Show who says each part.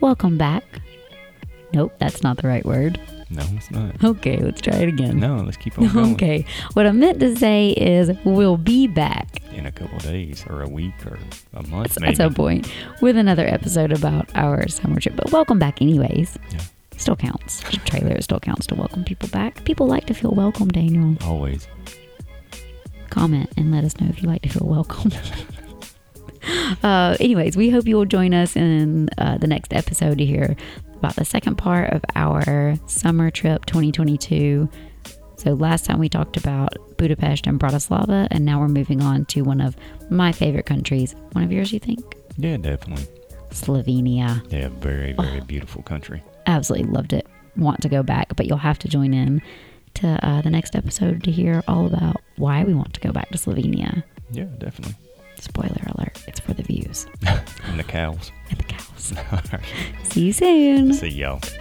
Speaker 1: Welcome back. Nope, that's not the right word.
Speaker 2: No, it's not.
Speaker 1: Okay, let's try it again.
Speaker 2: No, let's keep on going.
Speaker 1: Okay. What I meant to say is, we'll be back.
Speaker 2: In a couple of days or a week or a month,
Speaker 1: That's,
Speaker 2: maybe.
Speaker 1: that's a point. With another episode about our summer trip. But welcome back, anyways.
Speaker 2: Yeah.
Speaker 1: Still counts. The trailer still counts to welcome people back. People like to feel welcome, Daniel.
Speaker 2: Always.
Speaker 1: Comment and let us know if you like to feel welcome. uh, anyways, we hope you will join us in uh, the next episode to hear about the second part of our summer trip 2022. So, last time we talked about Budapest and Bratislava, and now we're moving on to one of my favorite countries. One of yours, you think?
Speaker 2: Yeah, definitely.
Speaker 1: Slovenia.
Speaker 2: Yeah, very,
Speaker 1: Oh.
Speaker 2: very beautiful country.
Speaker 1: Absolutely loved it. Want to go back, but you'll have to join in to uh, the next episode to hear all about why we want to go back to Slovenia.
Speaker 2: Yeah, definitely.
Speaker 1: Spoiler alert, it's for the views
Speaker 2: And the cows.
Speaker 1: and the cows.
Speaker 2: All right.
Speaker 1: See you soon.
Speaker 2: See y'all.